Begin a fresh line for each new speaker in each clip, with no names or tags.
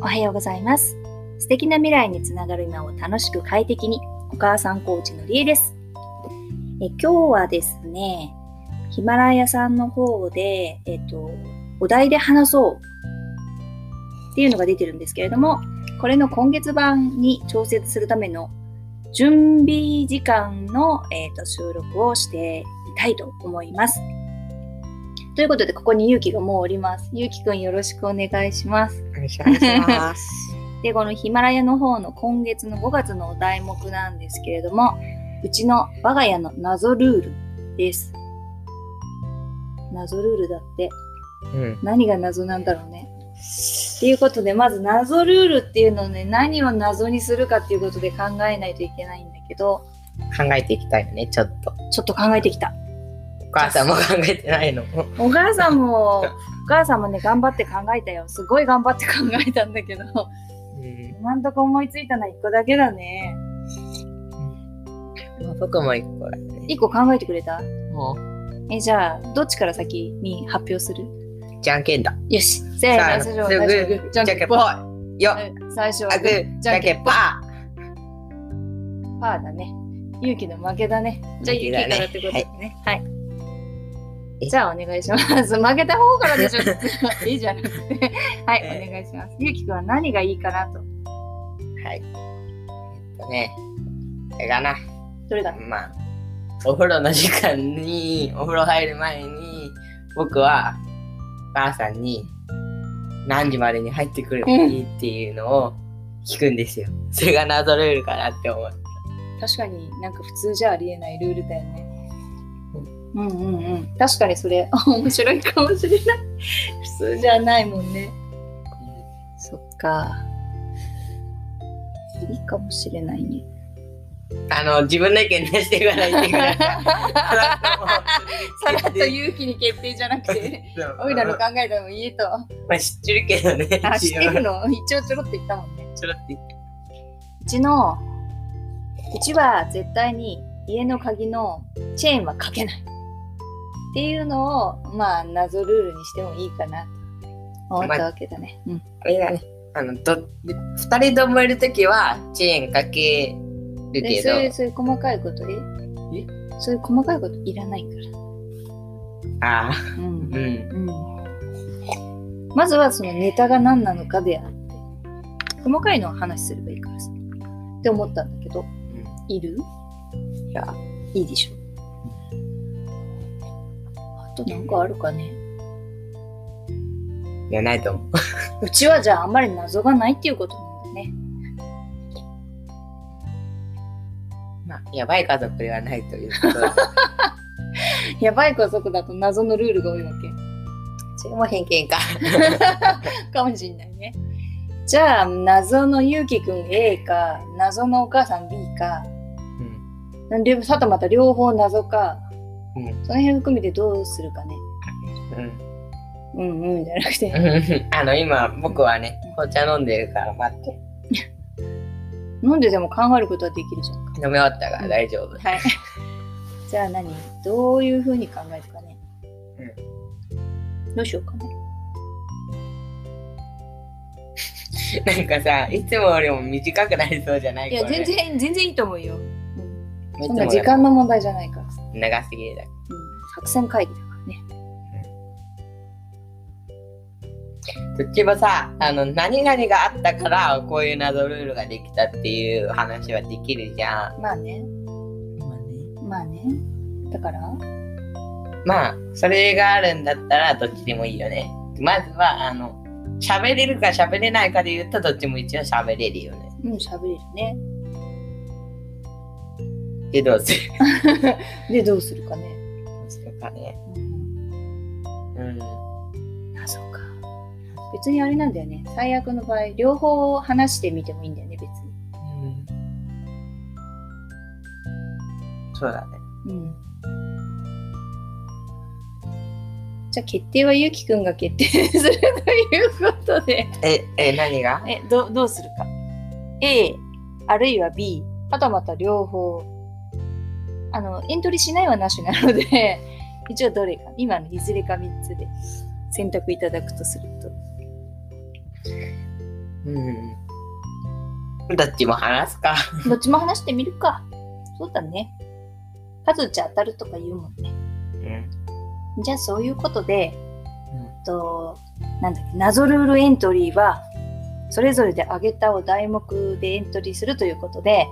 おはようございます。素敵な未来につながる今を楽しく快適に、お母さんコーチのりえです。え今日はですね、ヒマラヤさんの方で、えっと、お題で話そうっていうのが出てるんですけれども、これの今月版に調節するための準備時間の、えっと収録をしていたいと思います。ということで、ここにゆうきがもうおります。ゆうきくんよろしくお願いします。
お願いします。
でこのヒマラヤの方の今月の5月のお題目なんですけれどもうちの我が家の謎ルールです謎ルールだって
うん。
何が謎なんだろうねっていうことでまず謎ルールっていうのをね何を謎にするかっていうことで考えないといけないんだけど
考えていきたいよね、ちょっと。
ちょっと考えてきた
お母さんも考えてないの。
お母さんもお母さんもね頑張って考えたよすごい頑張って考えたんだけど
うん。
今んとこ思いついたのは1個だけだね
まあ、僕も一個だね。
1個考えてくれた
も
えじゃあどっちから先に発表する
う、じゃんけんだ。
よしせーの最初は
じゃん
最初は
け
グ
ん
ーじ
じゃ
ゃん
んけ
け
ん
ん
ぽ
ぽ
い
ん。
よ、
うん最初は
あ
グ
ぐ
ー
ー、
じ
じ
ゃ
ゃ
ん
ん
け
け
ん
ん
ぽ
ぽ
ん
ー。
パーだね勇気の負けだねじゃあ
負
勇気
けだね
からってことでねはい、
え
じゃあお願いします 負けた方からでしょ いいじゃなくては
え
いお願いしますゆうきくんは何がいいかなと
はい。えっとね、あれかな。
どれだろう
まあ、お風呂の時間に、お風呂入る前に、僕は、お母さんに、何時までに入ってくればいいっていうのを聞くんですよ。それが謎ルールかなって思う。
確かになんか普通じゃありえないルールだよねうんうんうん確かにそれ面白いかもしれない 普通じゃないもんねそっか。いいかもしれないね。
あの、自分の意見出していかないといけない。
さらっと勇気に決定じゃなくて、 おいらの考えでもいいと。
まあ、知ってるけどね。
あ、知って
一応
るの一応ちょろっと言ったもんね。
ちょろっと言って
うちの、うちは絶対に家の鍵のチェーンはかけない。っていうのを、まあ、謎ルールにしてもいいかなと思ったわけだね。うん。
あれだね。あの、ど、二人ともいるときは、チェーンかけ
で
るけ
そういう、
ど、
そういう細かいことで、
え
そういう細かいこといらないか
ああ、
ら。うん
うん。
うんまずはそのネタが何なのかであって細かいのを話すればいいからさって思ったんだけどいる
いや、
いいでしょあとなんかあるかね
いや、ないと思う。
うちはじゃああんまり謎がないっていうことなんだね
まあ、やばい家族ではないという ことで
やばい家族だと謎のルールが多いわ
それも偏見か。
けかもしんないねじゃあ謎のゆうきくん A か謎のお母さん B か
うん。
でさとまた両方謎か
うん。
その辺含めてどうするかね
うん。
うんうんじゃなくて、
あの、今、僕はね、紅茶飲んでるから待って。
飲んででも考えることはできるじゃんか。
飲み終わったから大丈夫。
はい。じゃあ何どういうふうに考えるかね。どうしようかね。
なんかさ、いつもよりも短くなりそうじゃない
いや、
これ
全然、全然いいと思うよ。
いつ
そん
もよ
な
り
時間の問題じゃないから。うん、
長すぎるだけ。
作戦会議だからね。
どっちもさ、あの、何々があったから、こういう謎ルールができたっていう話はできるじゃん。
まあね。
まあ
まあね。だから、
それがあるんだったら、どっちでもいいよね。まずは、あの、喋れるか喋れないかで言うと、どっちも一応喋れるよね。
うん、喋れるね。
で、どうする
で、どうするかね。
どうするかね。
うん、
うん。
あ、そうか。別にあれなんだよね。最悪の場合、両方話してみてもいいんだよね、別に。
そうだね。
うんじゃあ決定はゆうきくんが決定するということで
え、え、何が
えどどうするか A あるいは B はたまた両方あのエントリーしないはなしなので 一応どれか今のいずれか3つで選択いただくとすると
うん。どっちも話すか。
どっちも話してみるか。そうだね。数打ち当たるとか言うもんね。
うん。
じゃあそういうことで、えっと、なんだっけ、謎ルールエントリーは、それぞれで挙げたお題目でエントリーするということで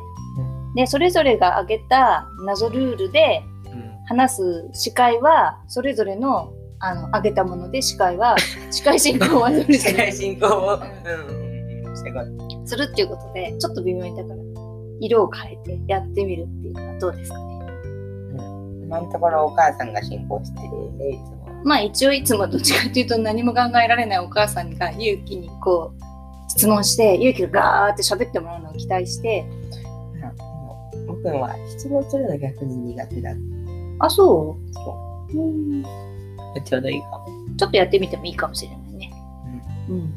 う、
で、それぞれが挙げた謎ルールで
うん。
話す司会は、それぞれの、あの、挙げたもので司会は、司会 進行はどれ
司会進行を、
う
うんんうんうん。してこい。
するっていうことで、ちょっと微妙にだから、色を変えてやってみるっていうのはどうですかね。
今のところお母さんが進行してるね、いつも。
まあ一応いつもどっちかっていうと何も考えられないお母さんが勇気にこう質問して勇気がガーって喋ってもらうのを期待して
うん僕は質問するの逆に苦手だ。
あそう
そ
うん
う。ちょうどいいかも。
ちょっとやってみてもいいかもしれないねうん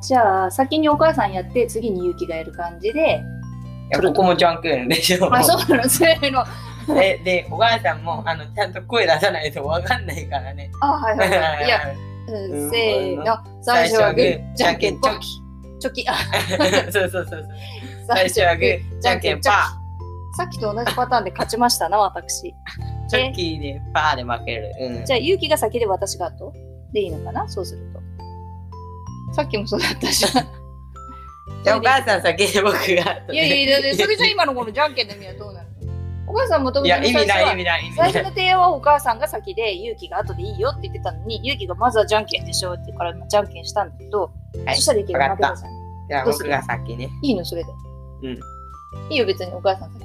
じゃあ先にお母さんやって次に勇気がやる感じで
いや、ここもじゃんけんでしょ。
あそう なのそういうのあ
でで、お母さんも、あの、ちゃんと声出さないとわかんないからね。
はいはい はいいや、うん、せーの最初はグーじゃんけんポンチョ キあ
そうそうそうそう。 最初はグー、じゃんけんパ
ーさっきと同じパターンで勝ちましたな私
ー。チョキでパーで負ける。うん。
じゃあ、勇気が先で私が後でいいのかなそうすると。さっきもそうだったじゃん。
じゃあお母さん先で僕が。
いやいやいや、それじゃあ今のこのじゃんけんの意味はどうなるのお母さんもとも
い
と
や、意
最
味ない意
初は
味ない意味な
最初
い。
の提案はお母さんが先で勇気が後でいいよって言ってたのに勇気がまずはじゃんけんでしょって言うからじゃんけんしたんだけど、
はい
そしたらいけない負けたじゃん。
じゃあ僕が先ね。
いいのそれで。
うん。
いいよ別にお母さん先。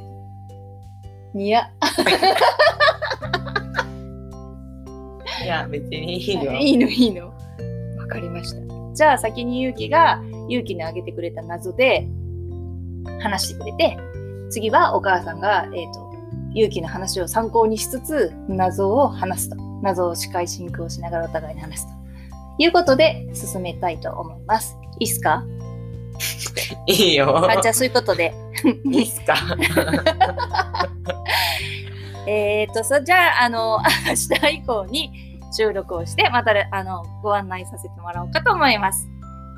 いや、
いや、別にいいよ。
いいのいいの。わかりました。じゃあ先に勇気が勇気にあげてくれた謎で話してくれて次はお母さんが、えー、と勇気の話を参考にしつつ謎を話すと謎を司会進行しながらお互いに話すということで進めたいと思います。いいっすか
いいよ。
あじゃあそういうことで。
いいっす か。
えっとそじゃああの 明日以降に収録をしてまたあのご案内させてもらおうかと思います。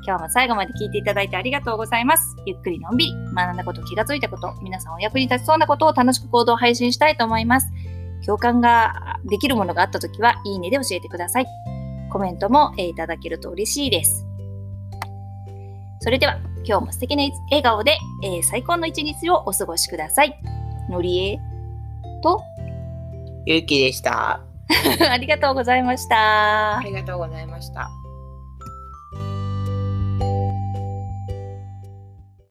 今日も最後まで聞いていただいてありがとうございます。ゆっくりのんびり学んだこと、気がついたこと、皆さんお役に立ちそうなことを楽しく行動を配信したいと思います。共感ができるものがあったときは、いいねで教えてください。コメントも、えーいただけると嬉しいです。それでは、今日も素敵な笑顔で、えー最高の一日をお過ごしください。のりえと、
ゆうきでした。
ありがとうございました
あ。りがとうございました。